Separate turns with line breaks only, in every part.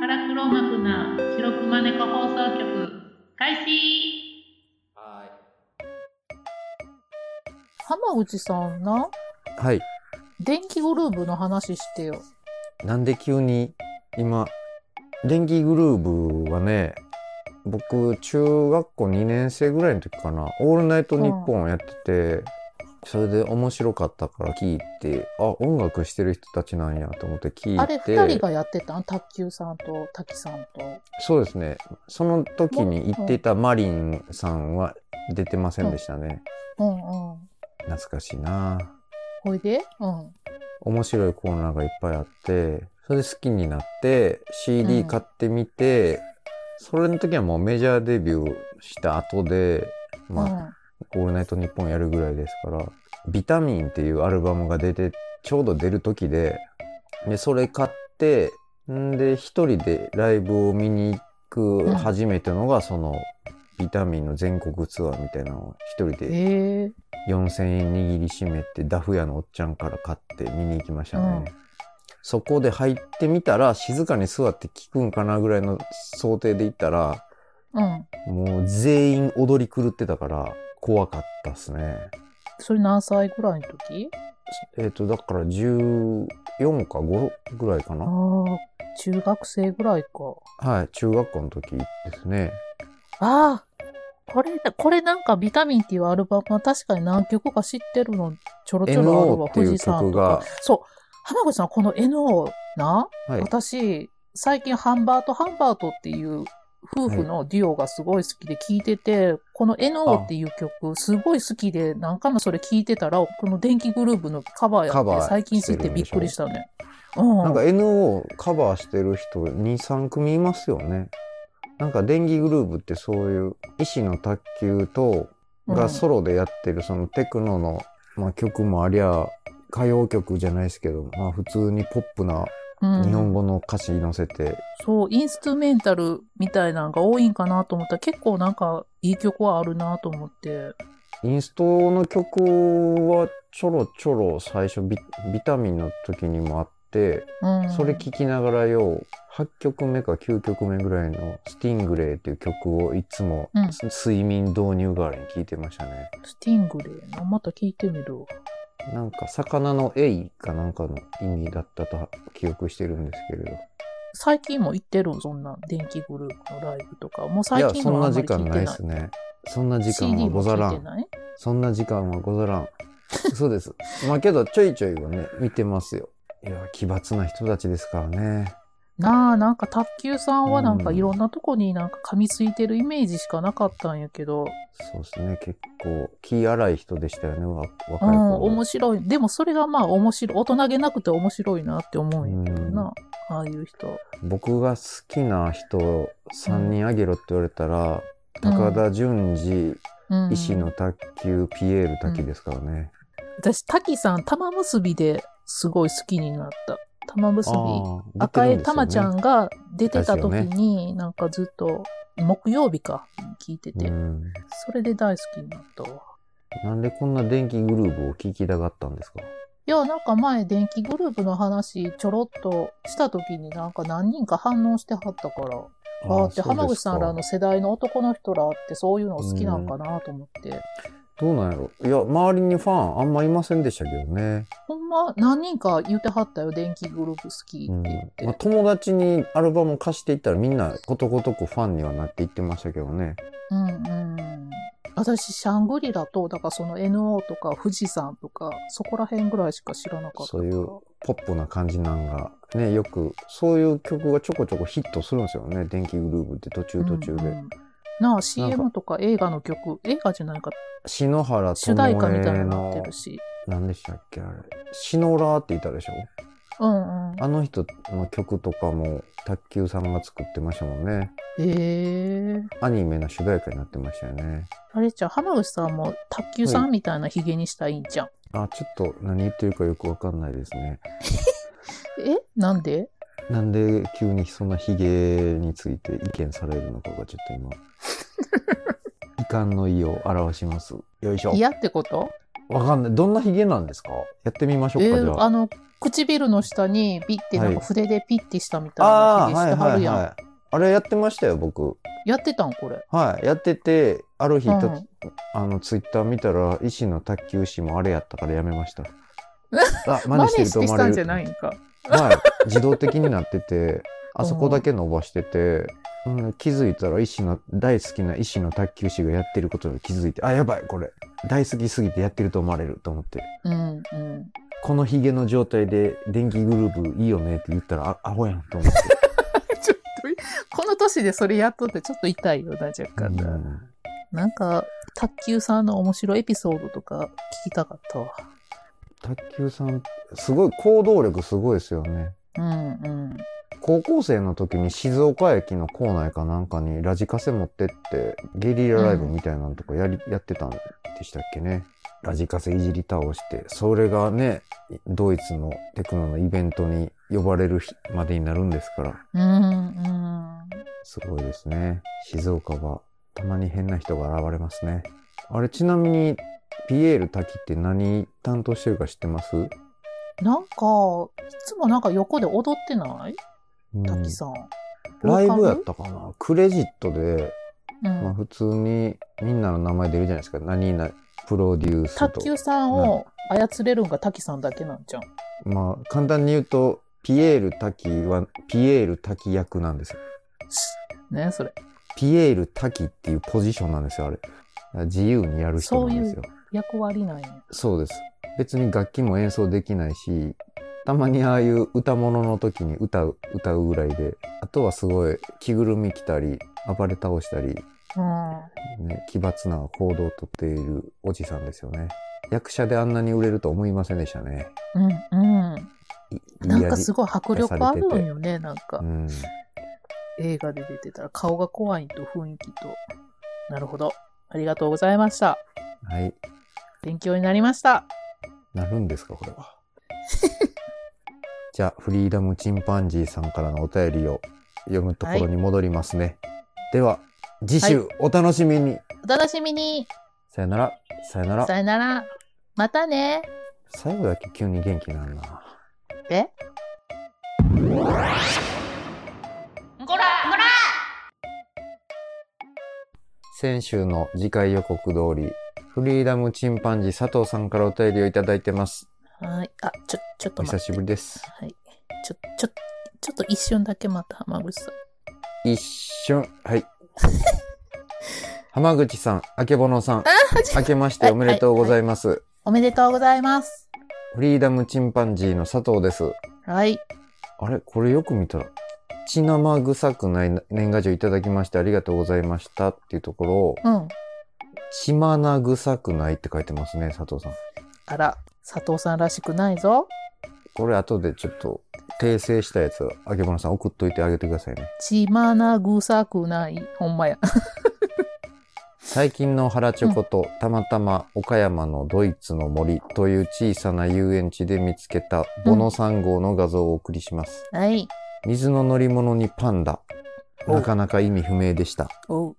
腹黒幕な白熊猫放送局開始
は
浜内さんな、
い。はい。
電気グルーブの話してよ。
なんで急に今、電気グルーブはね、僕、中学校2年生ぐらいの時かな、オールナイトニッポンやってて、それで面白かったから聞いて、あ、音楽してる人たちなんやと思って聞いて。
あれ、二人がやってたん卓球さんと滝さんと。
そうですね。その時に行っていたマリンさんは出てませんでしたね。
うんうん。
懐かしいな
ほいでうん。
面白いコーナーがいっぱいあって、それで好きになって、CD 買ってみて、それの時はもうメジャーデビューした後で、まあ、オールナイトニッポンやるぐらいですから、ビタミンっていうアルバムが出て、ちょうど出る時で、で、それ買って、んで、一人でライブを見に行く
うん
初めてのが、その、ビタミンの全国ツアーみたいなのを一人
うん。
で
ええ
4000円握りしめて、ダフ屋のおっちゃんから買って見に行きましたね。
う
そこで入ってみたら、静かに座って聞くんかなぐらいの想定で行ったら、
うん。
もう全員踊り狂ってたから、怖かったっすね。
それ何歳ぐらいの時
えっ、と、だから14か5ぐらいか
あ
な。
あ、中学生ぐらいか。
はい、中学校の時ですね。
ああ、これ、これなんかビタミンっていうアルバムは確かに何曲か知ってるのちょろちょろある
NO
わ、
ってい
富
う
士山
曲
とか
が。、
そう。浜口さん、この NO な、
はい、
私、最近ハンバート・ハンバートっていう夫婦のデュオがすごい好きで聴いてて、この NO っていう曲すごい好きで何回もそれ聴いてたら、この電気グルーブのカバーや
カ
っ
バ
て
ー
最近知ってびっくりしたね。うん。
なんか NO カバーしてる人2、3組いますよね。なんか電気グルーブってそういう、医師の卓球と、
う
が
ん
ソロでやってるそのテクノの、まあ、曲もありゃ、歌謡曲じゃないですけど、まあ普通にポップな
うん
日本語の歌詞に乗せて、
そう、インストゥメンタルみたいなのが多いんかなと思ったら、結構なんかいい曲はあるなと思って。
インストの曲はちょろちょろ最初ビビタミンの時にもあって、
うん。
それ聴きながらよう8曲目か9曲目ぐらいの「スティングレイ」っていう曲をいつも、
うん
睡眠導入代わりに聴いてましたね
スティングレーな。また聴いてみるわ。
なんか魚の「エイ」かなんかの意味だったと記憶してるんですけれど
最近も行ってるそんな電気グループのライブとか。もう
い
最
や
近
そ
の
ん
はあ
なん
ま
時
り聞
間
い
ない
て
で
ない
す。ねそんな時間
CD
は
も
ござら
聞いて
ん
ない
そんな時間はござらん そうですまあけどちょいちょいはね見てますよいや奇抜な人たちですからね
なあ、なんか卓球さんはなんか
うん
いろんなとこになんか噛みついてるイメージしかなかったんやけど、
そうですね結構気荒い人でしたよねわ若い
う
頃
ん、
は
面白い。でもそれがまあ面白い。大人げなくて面白いなって思うんやけど
うん
な。ああいう人。
僕が好きな人を3人あげろって言われたら、高田純次、
うん。
石野卓球、ピエール滝ですからね。
私、滝さん、玉結びですごい好きになった。玉結び。
あ
赤江玉ちゃん
が
が出てた
ラジオ
時
ね
に、なんかずっと、木曜日か、聞いてて、
うん。
それで大好きになったわ。
なんでこんな電気グルーブを聴きたかったんですか
いや、なんか前、電気グループの話、ちょろっとした時になんか何人か反応してはったから、ああって、浜口さんらの。世代の男の人らってそういうの好きなんかなと思って。
そうですかどうなんやろいや、周りにファンあんまいませんでしたけどね。
ほんま、何人か言ってはったよ、電気グループ好き
うん
って言って。
まあ、友達にアルバム貸していったらみんなことごとくファンにはなっていってましたけどね。
うんうん。私、シャングリラと、だからその NO とか富士山とか、そこら辺ぐらいしか知らなかったか
そ
ら。
ういうポップな感じなんが、ね、よく、そういう曲がちょこちょこヒットするんですよね。電気グルーブって途中途中で。
うんうんなあ、CM とか映画の曲、映画じゃないか、
篠原
主題歌
と
み
も
たい
え
になっ
の
て、るし。
何でしたっけあれ。シノラーって言ったでしょ
うんうん。
あの人の曲とかも、卓球さんが作ってましたもんね。
ええ
アニメの主題歌になってましたよね。
あれじゃん、浜口さんも卓球さんみたいなヒゲにしたらいいんじゃん。
あ、ちょっと何言ってるかよくわかんないですね。
えなんで
なんで急にそんなヒゲについて意見されるのかがちょ っと今、遺憾の意を表します。よいしょ。
嫌ってこと
わかんない。どんなヒゲなんですかやってみましょう
え
か、じゃ
ー、
あ。
あの、唇の下にビッて、なんか
はい
筆でピッてしたみたいな
あ
ヒ
ー
ゲしてはるやん。
い。あれやってましたよ、僕。
やってたんこれ。
はい。やってて、ある日、た
うん
あの、ツイッター見たら、医師の卓球師もあれやったからやめま した。あ、真
真
似して
似
る
して
と思
し
われ
たん
る。
じゃないんか。
はい。自動的になってて、あそこだけ伸ばしてて、うん、気づいたら、医師の、大好きな医師の卓球師がやってることに気づいて、あ、やばい、これ。大好きすぎてやってると思われると思って。
うんうん。
このヒゲの状態で電気グルーブいいよねって言ったらあアホやんと思って。
ちょっとい、この年でそれやっとってちょっと痛いよな、若干な。
うん
なんか、卓球さんの面白いエピソードとか聞きたかったわ。
卓球さん、すごい行動力すごいですよね。
うんうん。
高校生の時に静岡駅の構内かなんかにラジカセ持ってってゲリラライブみたいなのとかやり、やってたんでしたっけね。ラジカセいじり倒して、それがね、ドイツのテクノのイベントに呼ばれる日までになるんですから、
うんうん。
すごいですね。静岡はたまに変な人が現れますね。あれ、ちなみに、ピエール滝って何担当してるか知ってます
なんか、いつもなんか横で踊ってない滝さん。
うんライブや
や
ったかなクレジットで、
うん
まあ普通にみんなの名前出るじゃないですか。何々、プロデュースと。
卓球さんを操れるんが滝さんだけなんじゃん。
まあ簡単に言うと、ピエール滝は、ピエール滝役なんですよ。
ねそれ。
ピエール滝っていうポジションなんですよ、あれ。だから自由にやる人なんですよ。
役割なんや。
そうです。別に楽器も演奏できないし、たまにああいう歌物の時に歌う、歌うぐらいで、あとはすごい着ぐるみ着たり、暴れ倒したり、
う
ね、奇抜な行動をとっているおじさんですよね。役者であんなに売れると思いませんでしたね。
ん。うんうん。
い
なんか
いいやり
すごい迫力あるんよね、なんか。
うん。
映画で出てたら顔が怖いと雰囲気と。なるほど。ありがとうございました。
はい。
勉強になりました。
なるんですか、これ は。じゃあ、フリーダムチンパンジーさんからのお便りを読むところに戻りますね。では、次週お楽しみに、
お楽しみに。
さよなら、さよなら
さ。よなら。またね。
最後だけ急に元気になるな。
え
こらこら
先週の次回予告通り、フリーダムチンパンジー佐藤さんからお便りをいただいてます。
はい。あ、ちょ、ちょっ
お
と
久
待っ
し
て。
ぶりです。
はい。ちょ、ちょ、ちょっと一瞬だけまた浜口さん。
一瞬、はい。 浜口さん、あけぼのさん、明けましておめでとうございます。
おめでとうございます。
フリーダムチンパンジーの佐藤です。
はい。
あれこれよく見たら、血生臭くない年賀状いただきましてありがとうございましたっていうところを、
うん。
血まな臭くないって書いてますね、佐藤さん。
あら、佐藤さんらしくないぞ。
これ後でちょっと訂正したやつ、あけぼのさん送っといてあげてくださいね。
血まなぐさくない。ほんまや。
最近の原チョコとたまたま岡山のドイツの森という小さな遊園地で見つけたボノ3号の画像をお送りします。
はい。
水の乗り物にパンダ。
お
なかなか意味不明でした。
おう。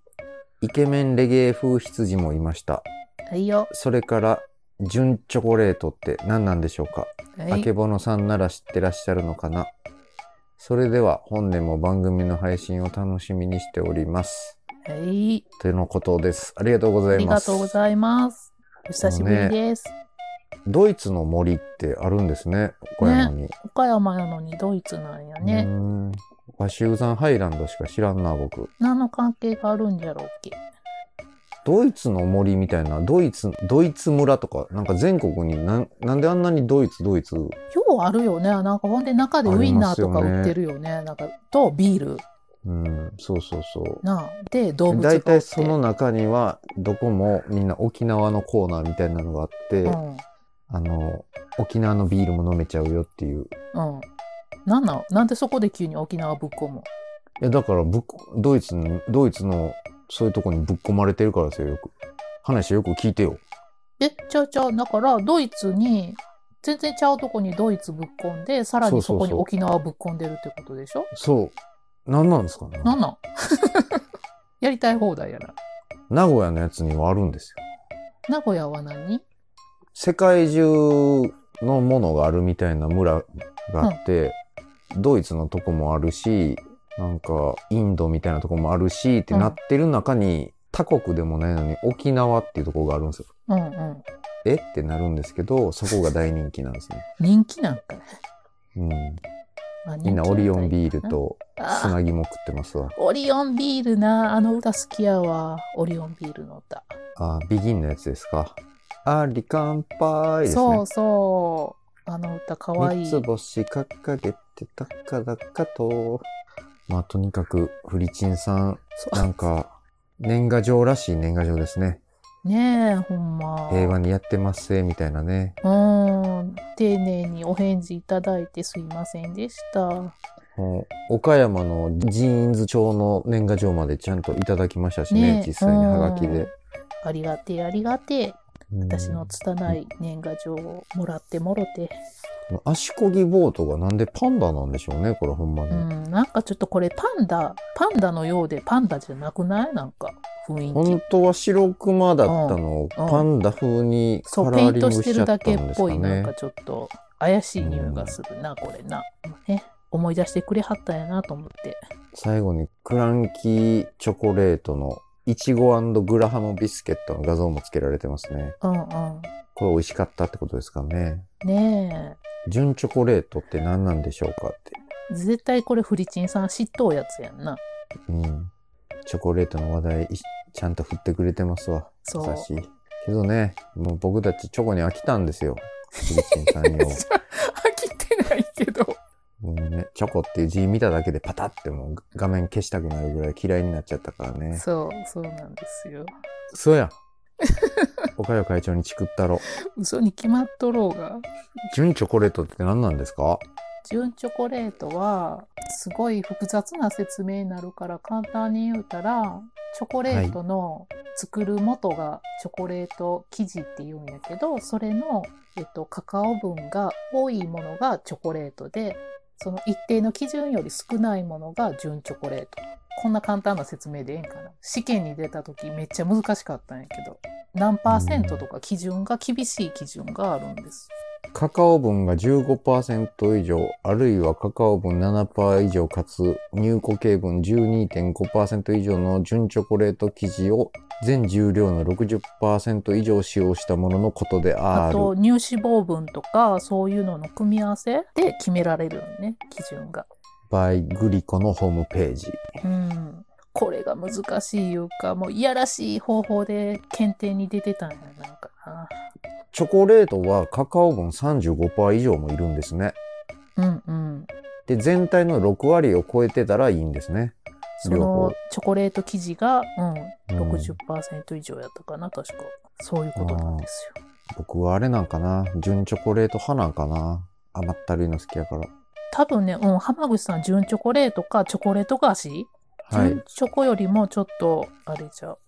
イケメンレゲエ風羊もいました。
はいよ。
それから、純チョコレートって何なんでしょうか
は
あけ
い。
ぼのさんなら知ってらっしゃるのかなそれでは本年も番組の配信を楽しみにしております。
はい。
とのことです。ありがとうござ
あ
い
り
ま
が
す。
とうございます。お久しぶりです。
ドイツの森ってあるんですね、岡山に。
岡山やのにドイツなんや
うー
ね。
ん。ワシューザンハイランドしか知らんな、僕。
何の関係があるんじゃろうっけ。
ドイツの森みたいな、ドイツ、ドイツ村とか、なんか全国になん、なんであんなにドイツ、ドイツ、
ようあるよね。なんかほんで中でウインナーとか
ありますよね
売ってるよね。なんか、とビール。
うん、そうそうそう。
なあ。で、動物が売
大
って。
体その中にはどこもみんな沖縄のコーナーみたいなのがあって、
うん。
あの沖縄のビールも飲めちゃうよっていう
うん。なんなんなんでそこで急に沖縄ぶっ込む
いやだからぶっこドイツのドイツのそういうとこにぶっ込まれてるからですよよく話よく聞いてよ
え、ちゃうちゃう。だから、ドイツに、全然ちゃうとこにドイツぶっ込んで、さら
そう
に
そ
そ
そ
うこ
う
に沖縄ぶっ込んでるってことでしょ
そうなんなんですかね
なんなん やりたい放題やな。
名古屋のやつにはあるんですよ
名古屋は何
世界中のものがあるみたいな村があって、ドイツのとこもあるし、なんかインドみたいなとこもあるしってなってる中に、他国でもないのに沖縄っていうところがあるんですよ。
うんうん。
えってなるんですけど、そこが大人気なんですね。
人気なんかい。
うん。
あ
みんなオリオンビール。
人気なんかい
と
あー
砂肝食ってますわ。
オリオンビールな、あの歌好きやわ。オリオンビールの歌。
あー、ビギンのやつですか。あり乾杯ですね。
そうそう。あの歌かわい
三
い。
つ星掲げてたかだかと。まあ、とにかく、フリチンさん、
そう
なんか、年賀状らしい年賀状ですね。
ねえ、ほんま。
平和にやってますぜ、みたいなね。
うん。丁寧にお返事いただいてすいませんでした。
もう岡山のジーンズ町の年賀状までちゃんといただきましたしね、
ねえ
実際にハガキで。
ありがてえ、ありがてえ。
うん
私の拙い年賀状をもらってもろて。
この足こぎボートがなんでパンダなんでしょうね、これほんまに。
うん。なんかちょっとこれパンダ、パンダのようでパンダじゃなくないなんか雰囲
本
気。
当は白熊だったのを、
うんうん
パンダ風にカ
そう、
ラ
ペイ
ー
ン
リン
ト
グ
し
してちゃ
る
った
だ
ん
けっ
です
ぽ
か
い、なん
ね
か。ちょっと怪しい匂いがするな、これな。ね。思い出してくれはったんやなと思って。
最後にクランキーチョコレートのいちごグラハムビスケットの画像もつけられてますね。
うんうん。
これ美味しかったってことですかね。
ね
純チョコレートって何なんでしょうかって。
え。絶対これフリチンさん知っとうやつやんな。
うん。チョコレートの話題いちゃんと振ってくれてますわ。
そう
優しい。けどね、もう僕たちチョコに飽きたんですよ。フリチンさんにも。
飽きてないけど。
もうね、チョコっていう字見ただけでパタってもう画面消したくなるぐらい嫌いになっちゃったからね。
そう、そうなんですよ。
そうやん。 岡谷会長にチクったろ。
嘘に決まっとろうが。
純チョコレートって何なんですか
純チョコレートは、すごい複雑な説明になるから、簡単に言うたら、チョコレートの作る元がチョコレート生地っていうんやけど、それの、えっと、カカオ分が多いものがチョコレートで、その一定の基準より少ないものが純チョコレート。こんな簡単な説明でええんかな。試験に出た時めっちゃ難しかったんやけど、何パーセントとか基準が厳しい基準があるんです。
カカオ分が15%以上、あるいはカカオ分7%以上かつ、乳固形分12.5%以上の純チョコレート生地を全重量の60%以上使用したもののことであ
あ
る。
と乳脂肪分とかそういうのの組み合わせで決められるよね基準が。
バイグリコのホームページ。
うんこれが難しいいうかもういやらしい方法で検定に出てたんやなんかな。
チョコレートはカカオ分35%以上もいるんですね。
うんうん、
で、全体の6割を超えてたらいいんですね。
そ
両
の
方
チョコレート生地が、うん、
うん
60%以上やったかな、確かそういうことなんですよ。
僕はあれなんかな。純チョコレート派なんかな。甘ったるいの好きやから。
多分ね、うん、浜口さん純チョコレートかチョコレート菓子、
はい
純。チョコよりもちょっとあれじゃう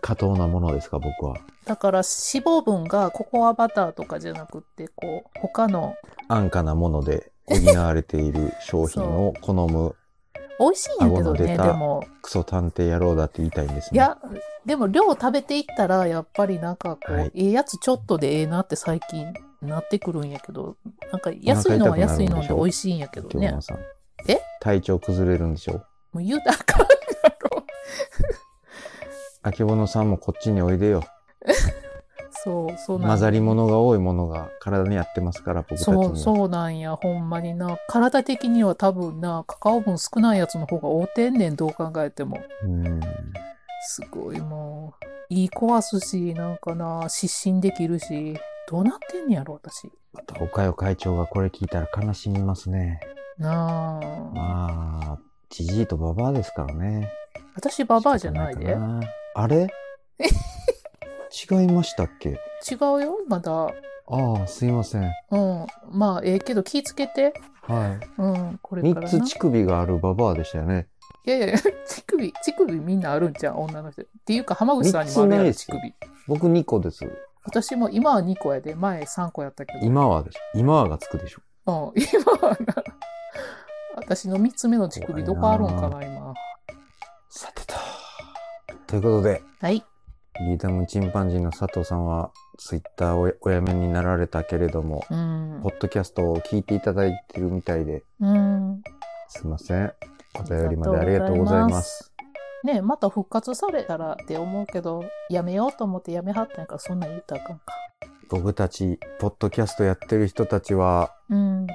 過当なものですか、僕は。
だから脂肪分がココアバターとかじゃなくってこう他の
安価なもの で補われている商品を好む
美味しいんやけ
顎
ど
の出
ねで
た
も
クソ探偵野郎だって言いたいんですね。
いやでも量食べていったらやっぱりなんかこう、
はい
ええやつちょっとでええなって最近なってくるんやけどなんか安いのは安いので美味しいんやけど
京
ね
本さん。
え
体調崩れるんでしょう
もう言うたらあかんやろ
あけぼのさんもこっちにおいでよ。
そうそうなんや
混ざり物が多いものが体にやってますから、僕たちには。
そうそうなんやほんまにな体的には多分なカカオ分少ないやつの方が合うてんねんどう考えても
うん
すごいもう、いい子はすし、なんかな、失神できるし、どうなってんねやろ、私。
また、岡代会長がこれ聞いたら悲しみますね。
なあ。
まあ、じじいとババアですからね。
私、ババアじゃないで。違
仕方なかなあれ違いましたっけ
うよ、まだ。
ああ、すいません。
うん。まあ、ええけど、気ぃつけて。
はい。
うん、これか
三
ら
つ
な。
乳首があるババアでしたよね。
いやいやいや、乳首、乳首みんなあるんじゃん、女の人。っていうか、浜口さんにもある
三つな
や
い
ろ、
です
乳首。
僕2個です。
私も今は2個やで、前3個やったけど。うん、
今はでしょ。今はがつくでしょ。
今はな。私の3つ目の乳首、どこあるんかな、今。
さてと。ということで、
はい。
ギタームチンパンジーの佐藤さんは、ツイッターをおやめになられたけれども、
うん
ポ。ッドキャストを聞いていただいてるみたいで、
うん。
すいません。お便りまでありがとうございます。
ねまた復活されたらって思うけど、やめようと思ってやめはったんやから、そんなん言ったらあかんか。
僕たち、ポッドキャストやってる人たちは、
うん。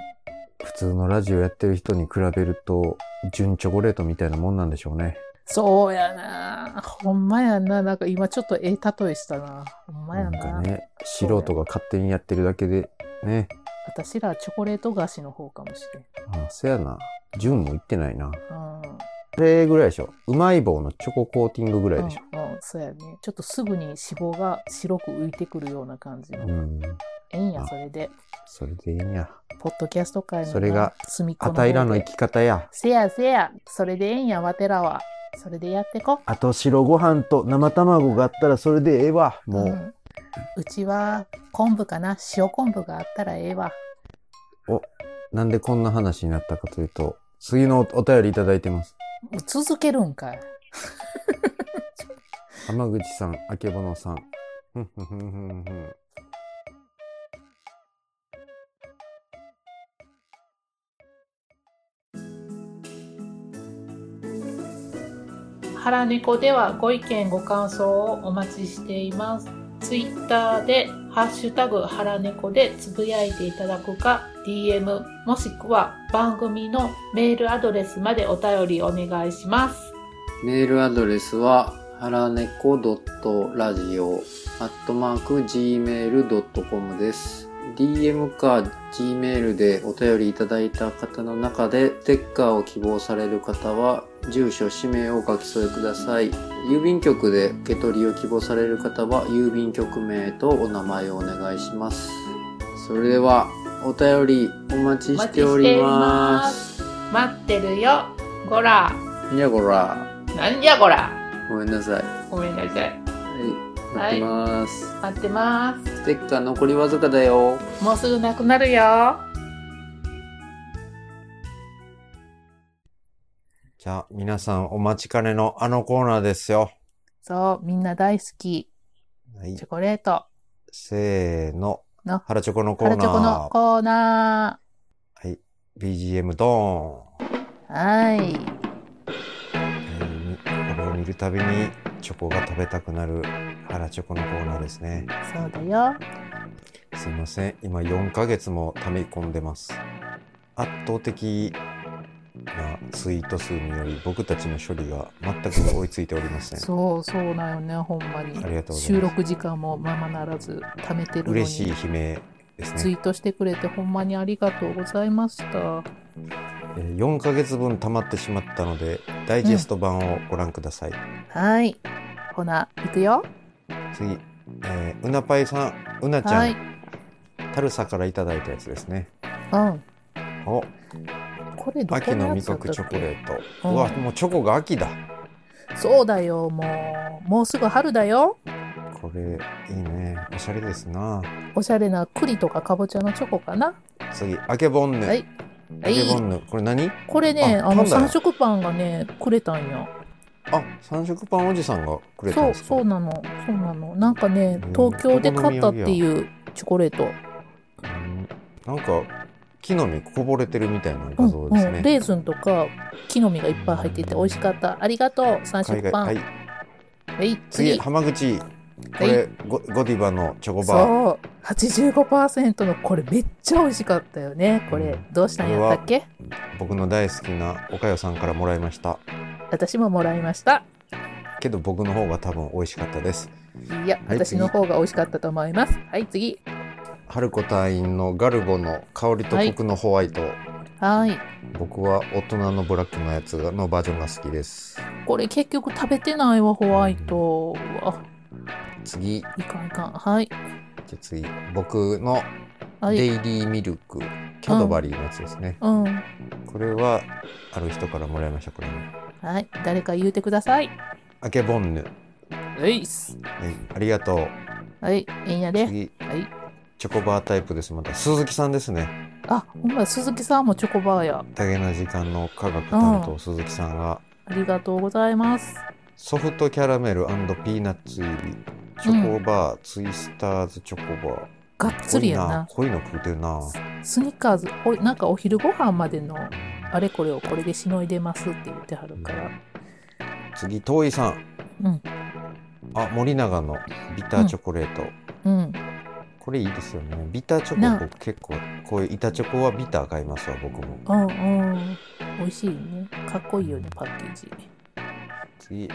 普通のラジオやってる人に比べると、純チョコレートみたいなもんなんでしょうね。
そうやなほんまやな。なんか今ちょっとええ例えしたな。ほんま
な
や
ん
な。
かね、素人が勝手にやってるだけで、ね。
私らチョコレート菓子の方かもしれん。
あ、せやな。純も言ってないな。
うん。
あれぐらいでしょ。うまい棒のチョココーティングぐらいでしょ。
うん、うんそうやね。ちょっとすぐに脂肪が白く浮いてくるような感じの。
う
え
ん。
えんや、それで。
それでいいんや。
ポッドキャスト界のな
それが
隅っこ
あ
の方
た
で
いらの生き方や。
せやせや。それでええんや、わてらは。それでやってこ。
あと白ご飯と生卵があったらそれでええわ。もう、
んうちは昆布かな。塩昆布があったらええわ。
なんでこんな話になったかというと、次のおお便りいただいてます。
もう続けるんかい。
浜口さん、あけぼのさん。ふんふんふんふんふん
原猫ではご意見ご感想をお待ちしています。ツイッターでハッシュタグ原猫でつぶやいていただくか、DM もしくは番組のメールアドレスまでお便りお願いします。
メールアドレスは、はらねこ .radio アットマーク gmail.com です。DM か Gmail でお便りいただいた方の中で、ステッカーを希望される方は、住所、氏名をお書き添えください。郵便局で受け取りを希望される方は、郵便局名とお名前をお願いします。それでは、お便りお待ちしております。
待ってるよ。ごら。
にゃごら。
なんじゃごら。
ごめんなさい。
ごめんなさい。
はい、待ってます。
待ってま
ステッカー残りわずかだよ。
す。もうすぐなくなるよ。
じゃあ、皆さんお待ちかねのあのコーナーですよ。
そう、みんな大好き。
はい
チョ。コレート。
せーの。
の
ハラチョコのコ
ハ
ー
ラ
ナ
チョコの
ー。
コーナ
はい。BGM ドーン。
ー。はい。
これを見るたびにチョコが食べたくなる腹チョコのコーナーですね。
そうだよ。
すいません。今4ヶ月も溜め込んでます。圧倒的なツイート数により僕たちの処理が全く追いついておりません。
そうそうなんよねほんまに
ありがとうございます
収録時間もままならず貯めてるのに
嬉しい悲鳴です
ツイ
ね。
ートしてくれてほんまにありがとうございました
えー4ヶ月分溜まってしまったので、ダイジェスト版をご覧ください。
はいほないくよ
次、えーうなぱいさん、うなちゃん、
はい
タルサからいただいたやつですね。
うん
お、
これどこ
秋
の
の
や
味
つだった
覚
っ
チョコ
け
レート。
うん
うわ、もうチョコが秋だ。
そうだよもうもうすぐ春だよ
これ、いいね。おしゃれですな。
おしゃれな栗とかかぼちゃのチョコかな
次、あけぼんぬ。
はい
あけぼんぬ。これ何
これね
あ
あ
パ
の
ンダ
三色パンがねくれたんよ
あ、三色パンおじさんがくれたん
そ
で
う
すか
そうなのそうなのなんかね
うん
東京で買ったっていうチョコレート
うんなんか、木の実こぼれてるみたいな
う
画
ん
像です
うん、
ね。
レーズンとか木の実がいっぱい入ってて美味しかったありがとう三
海
色
外。
パン
はい。
はい
次、
次
浜口。こ
は
れ、ゴゴディバのチョコバー。
そう85%のこれめっちゃ美味しかったよねこれ、
うん
どうしたんやったっけ
僕の大好きなおかよさんからもらいました。
私ももらいました
けど僕の方が多分美味しかったです。
いや、
はい
私の方が美味しかったと思いますはい次
春子隊員のガルボの香りとコクのホワイト。
はい
僕は大人のブラックのやつがのバージョンが好きです
これ結局食べてないわホワイトあ
次じゃ
いかんいかんはい
あ次僕の
はい
デイリーミルク、キャドバリーのやつですね、
うん
これはある人からもらいましたこれも
はい誰か言うてください
あけぼんぬ、
ういっす
はい、ありがとう
はいえんやで
次
はい
チョコバータイプですまた鈴木さんですね
あほんまや鈴木さんもチョコバーや
多げな時間の科学担当鈴木さんが
ありがとうございます。
ソフトキャラメルピーナッツ入りチョコバー、ツイスターズチョコバー。
がっつりやな。
濃いな。濃いの食うてるな。
スニッカーズ、おなんかお昼ご飯までのあれこれをこれでしのいでますって言ってはるから。
次、遠いさん。
うん。
あ、森永のビターチョコレート。
うん。
これいいですよね。ビターチョ
な
コ僕結構、こういう板チョコはビター買いますわ、僕も。
うんうん。美味しいね。かっこいいよね、パッケージ。
次、